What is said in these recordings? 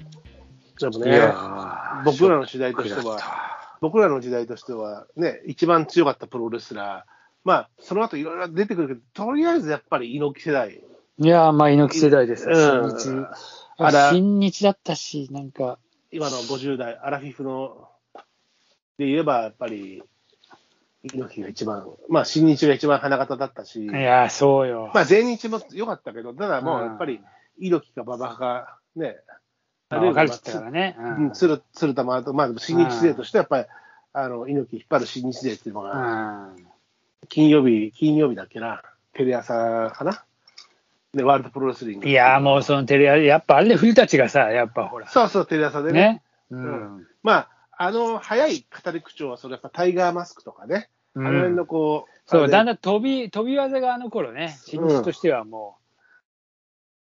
してもいね、やー僕らの時代としてショッはクだった僕らの時代としては、ね、一番強かったプロレスラー、まあ、その後いろいろ出てくるけど、とりあえずやっぱり猪木世代、いやー、まあ、猪木世代です。うん新日。あら新日だったし、なんか、今の50代、アラフィフので言えば、やっぱり猪木が一番、まあ、新日が一番花形だったし、いやー、そうよ。まあ、前日も良かったけど、ただもううんやっぱり猪木か馬場か、ね、まああ、るい分かはれてたからね。うまあんうん鶴鶴田もあると、まあ、でも新日勢としてはやっぱり、あの猪木引っ張る新日勢っていうのが。うん金曜日、金曜日だっけな、テレ朝かな、でワールドプロレスリング。いやー、もうそのテレビ、やっぱあれで古たちがさ、やっぱほら、そうそう、テレ朝でね。ね。ううんん。まあ、あの、早い語り口調は、それやっぱタイガーマスクとかね、うあんの辺のこう、そう、だんだだん飛び、飛び技があの頃ね、新日としてはも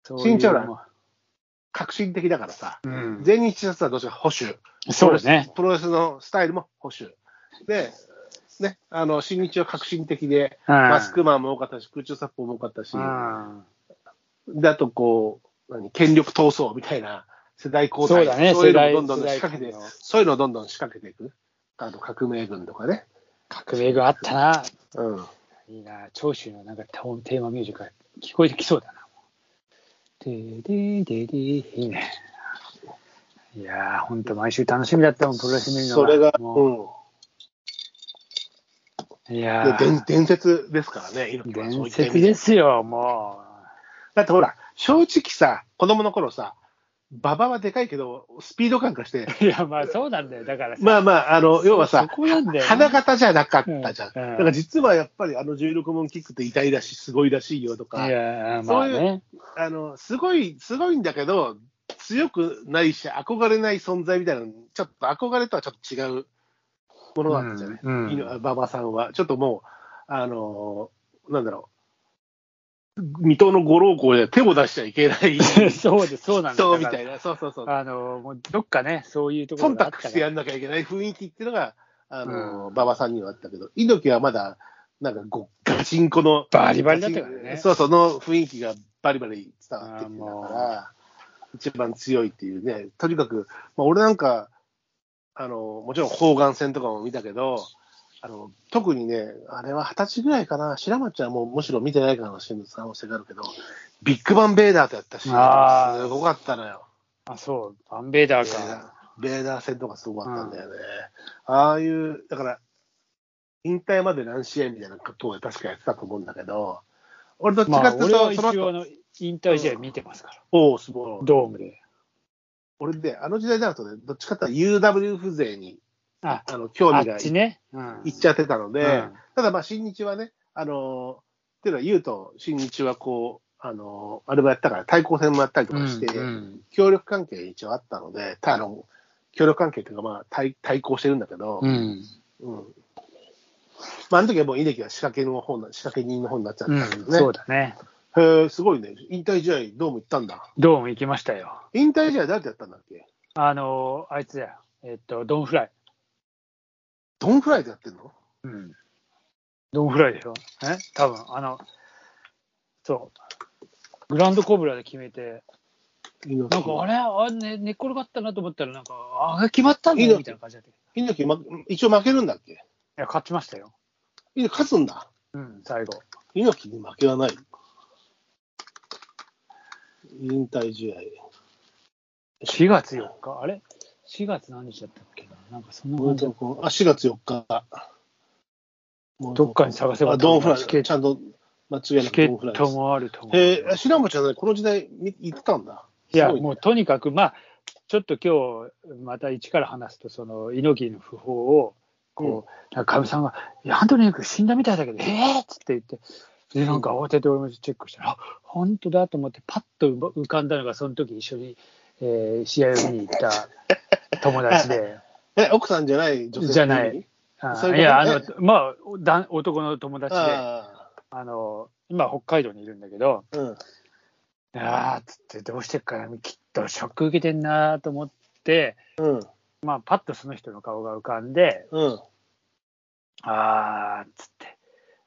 う、そういう身長欄もう革新的だからさ、うん全日シャツはどうしても保守。そうですね。プロレスのスタイルも保守。で、ね、あの、新日は革新的で、ママスクマンも多かったし、空中殺法も多かったし、うんだとこう、何、権力闘争みたいな世代交そう代だね、そういう世のを代、どんどん世仕代掛けて、そういうのをどんどん仕掛けていく。あと革命軍とかね。革命があったな。うん。いいな、長州のなんかテーマミュージックが聞こえてきそうだな。でででで、いいね。いやー、ほんと毎週楽しみだったもん、プロレス見るのが。それが、もううん。いやで伝ー、伝説ですからね、猪木はそう伝いった意味説ですよ、もだってほら、正直さ、子供の頃さ、馬場はでかいけど、スピード感化 して、う。いや、まあそうなんだよ、だからさ。まあまあ、あの、要はさそ、こなんだよね花形じゃなかったじゃん。うんうんだから実はやっぱりあの16問キックって痛いらしい、すごいらしいよとかい、やー、まあそういね。あの、すごい、すごいんだけど、強くないし、憧れない存在みたいなの、ちょっと憧れとはちょっと違うものだったじゃない。うんうんいの馬場さんは、ちょっともう、あのーなんだろう、水戸の五郎校で手を出しちゃいけない そうです、そうなんだ人みたいな。な、 そうそうそう、あの、もうどっかね、そういうところ忖があっ度たしてら。やんなきゃいけない雰囲気っていうのが、あのーうん馬場さんにはあったけど、猪木はまだ、なんかご、ガチンコの、バリバリだったからねガチンそう、その雰囲気がバリバリ伝わってきてたあーもかうら、一番強いっていうね、とにかく、まあ、俺なんか、あの、もちろん砲丸戦とかも見たけど、あの、特にね、あれは二十歳ぐらいかな、白松ちゃんはもうむしろ見てないからしれない可能性があるけど、ビッグバンベーダーとやったし、あーすごかったのよ。あ、そう、バンベーダーか。ベーダー戦とかすごかったんだよね。ああいう、だから、引退まで何試合みたいなことを確かやってたと思うんだけど、俺どっちまかあ、っていう俺と、は一その後応、あの、引退試合見てますかおうすごら。いドームで。俺で、あの時代になるとね、どっちかっていうと UW 風情にあ、あの興あ味っがちいね。うんいっちゃってたので、うんただまあ、新日はね、あのーっていうのは、言うと、新日はこう、あのーあれもやったから、対抗戦もやったりとかして、うん協力関係一応あったので、たあの協力関係っていうか、まあ対、対抗してるんだけど、うんうんうんまあ、あの時はもう猪木は仕掛けの方な仕掛け人の方になっちゃっうたけどんね。そうだね。へえ、すごいね。引退試合、どうも行ったんだ。ドーム行きましたよ。引退試合、誰とやったんだっけあの、あいつだよ。えっと、ドンフライ。ドンフライでやってんのうん。ドンフライでしょえ多分あの、そう。グランドコブラで決めて、猪なんかあれあれ、ね、寝っ転がったなと思ったら、なんか、あ決まったんだいいのみたいな感じだったけど。木、猪木ま、一応負けるんだっけいや、勝ちましたよ。猪木勝つんだ。うん、最後。猪木に負けはない。引退試合。 4月4日、あれ ?4 月何日だったっけななんかそんなモ感ンじトコンあ、4月4日。どっかに探せばあドンフライ、チケットちゃんと間違いなチくケドンフライッでトす。もあると思う。えー、白もちゃんね、この時代見行ってたんだ。いや、すごねもうとにかく、まあ、ちょっと今日また一から話すと、その猪木の訃報を、こう、なんかかみさんが、いや、アントニオ猪木死んだみたいだけど、えーっつって言って、で、なんか慌てて俺もチェックしたら、あ本当だと思って、パッと浮かんだのが、その時一緒に、えー試合を見に行った友達で、 え、奥さんじゃない女性じゃない。あそういうことーいや、あのえ、まあ、だ男の友達で、ああの、今、北海道にいるんだけど、あ、うん。ああっつってどうしてっかなきっとショック受けてんなと思って、うん。まあ、パッとその人の顔が浮かんでうん。ああっつって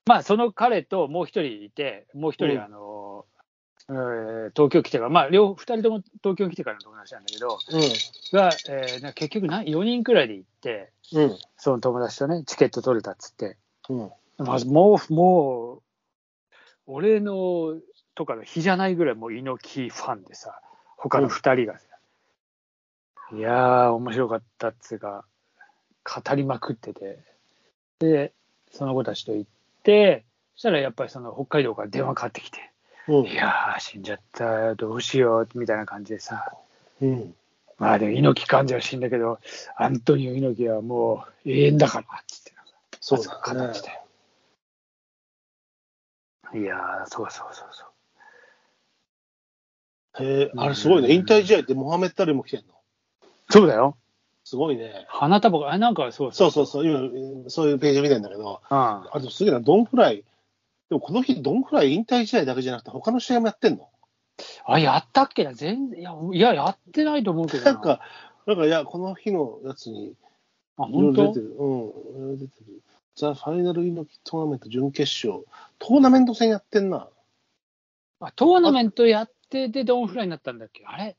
まあその彼ともう一人いてもう一うん人あの、えー東京来てから、まあ、両二人とも東京来てからの友達なんだけど、が、えーな結局な4人くらいで行って、うん。うん。その友達とね、チケット取れたっつって、うん。まずもう、もう、俺のとかの比じゃないぐらいもう猪木ファンでさ、他の二人がさ、いやー、面白かったっつうか、語りまくってて、で、その子たちと行って、そしたらやっぱりその北海道から電話かかってきて、うんいやー、死んじゃった、どうしよう、みたいな感じでさ、うん。まあでも猪木患者は死んだけど、アントニオ猪木はもう永遠だからっつって、そうだ語ねっ。てたよ。いやー、そうそうそうそう。へえ、あれすごいね。引退試合ってモハメッタリも来てんのそうだよ。すごいね。花束が、あなんかそう。そううそうそう。今、そういうページ見てんだけど、うん、あとすげえな、ドンフライ。でもこの日、ドンフライ引退試合だけじゃなくて、他の試合もやってんのあ、やったっけな全然いや、いや、やってないと思うけどな。なんか、なんか、いや、この日のやつに、あ、いろ本いろ当出てる。うん、いろいろ出てる。ザ・ファイナル猪木トーナメント準決勝。トーナメント戦やってんな。あトーナメントやってでドンフライになったんだっけあれ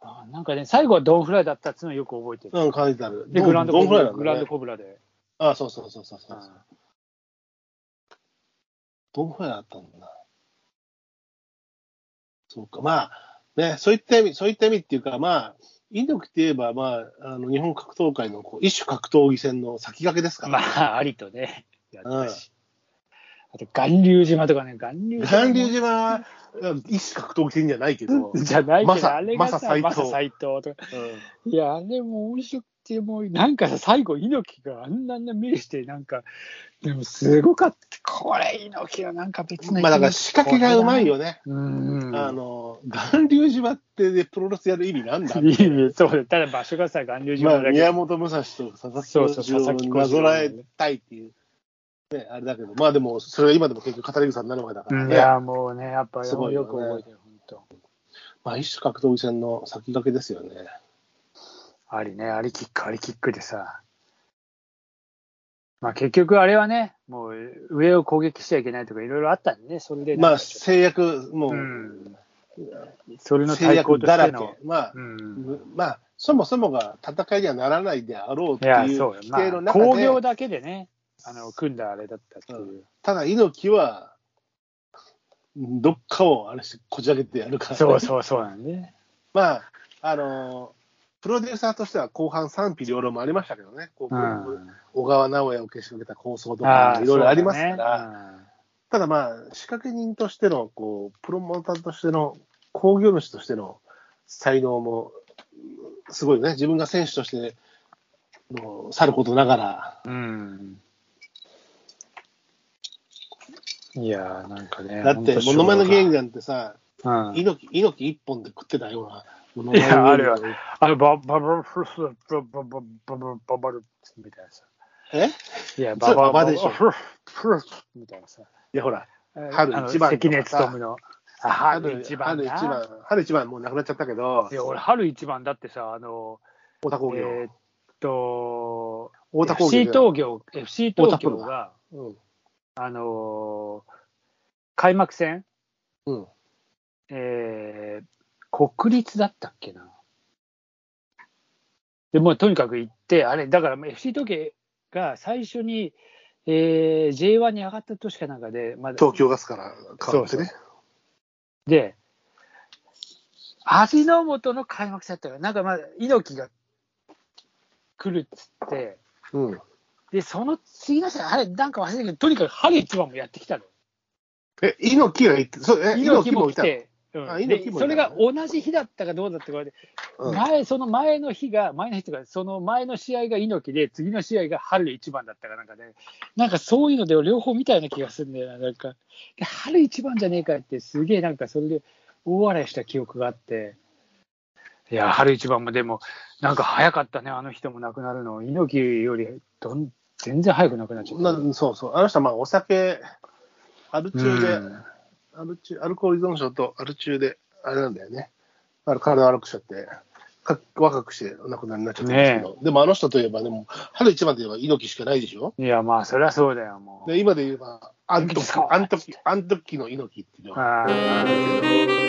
あなんかね、最後はドンフライだったっつうのをよく覚えてる。うん、書いてある。で、ドグランドドコンブフライなんラ,、だ、ね、グランドコブラで。あそうそうそうそうそうう。んドンフライだったんだな。そうか、まあ、ね、そういった意味、そういった意味っていうか、まあ、猪木って言えば、まあ、あの日本格闘界のこう一種格闘技戦の先駆けですから、まあ、ありとね、やったし。あと、巌流島とかね、巌流島も。巌流島はうん一種格闘技戦じゃないけど、うんじゃないマけど、サあれがマサさ、斎藤マサ斎藤とか。いや、あれも面白くて、もう、なんかさ、最後、猪木があんな目して、なんか、でも、すごかった。これ、猪木はなんか別な。まあ、だから仕掛けがうまい。よね。うん。あの、巌流島って、ね、プロレスやる意味なんだいいねそうだただ場所がさ、巌流ま島あ、だけど、宮本武蔵と佐々木そ小うそう次郎佐々木に小な次郎ぞらえたいっていう、ね、あれだけど、まあでも、それは今でも結局語り草になるわけだからうんね。いや、もうね、やっぱすごいよよねく覚えてる、本当。まあ、一種格闘技戦の先駆けですよね。ありね、ありキック、ありキックでさ。まあ結局あれはね、もう上を攻撃しちゃいけないとかいろいろあったんでね、それでなんまかあ、制約、もうう、ん、それの制対抗約とだしらけての。。まあ、うん、まあ、そもそもが戦いにはならないであろうっいてや、いうそうよ規、定のまあ、中で、工業だけでね、あの組んだあれだったっていう。ただ猪木は、どっかをあれしてこじ開けてやるから、ね、そうそうそうなんで、ね。まあ、あのプロデューサーとしては後半賛否両論もありましたけどね、こううん、小川直也を消しかけた構想とか、いろいろありますから、ら。ただまあ、仕掛け人としてのこう、プロモーターとしての、興行主としての才能も、すごいね、自分が選手としてのさることながら、うん。いやー、なんかね。だって、ものまね芸人なんてさ、人猪木猪木一本で食ってたような、ものいやあるよ芸人があの、ババババフフバババババババルみたいなさ。えいいや、そバれババババででししょょ。フルフルみたいなさ。や、ほら、あ春の一番とかさ関根勤の。あ春春一一番番、春な。一番、春一番もうなくなっちゃったけどい、や、俺、春一番だってさ、あの、太田工業、えーっと、太田工 FC 業東京、FC 東京が、うんあのー、開幕戦、うん、えー、国立だったっけな。でもうとにかく行って、あれ、だからもう FC 東京が最初に、えー、J1 に上がった年かなんかで、まだ東京ガスから変わってね。で、味の素の開幕戦だったから、なんかまあ、猪木が来るっつって、うんで、その次の試合、あれ、なんか忘れたけど、とにかく春一番もやってきたの。え、猪木が行って、そうえ猪猪木木もも来いたのて、うあん、猪で木もいたのそれが同じ日だったかどうだったかで、うん前、その前の日が、前の日というか、その前の試合が猪木で、次の試合が春一番だったかなんかで、なんかそういうので、両方見たような気がするんだよな、なんか、で春一番じゃねえかって、すげえなんか、それで大笑いした記憶があって、いや、春一番もでも、なんか早かったね、あの人も亡くなるの、猪木よりどん全然早く亡くなっちゃった。なそうそう、あの人はまあお酒、アル中で、うんアル中アルコール依存症とアル中で、あれなんだよね、あの体悪くしちゃって、か若くしてお亡くなりになっちゃったんですけど、でもあの人といえば、でも、春一番といえば猪木しかないでしょ。いや、まあ、そりゃそうだよ、もう。で今で言えば、あん猪時木さんあん時あん時の猪木っていうのは、あー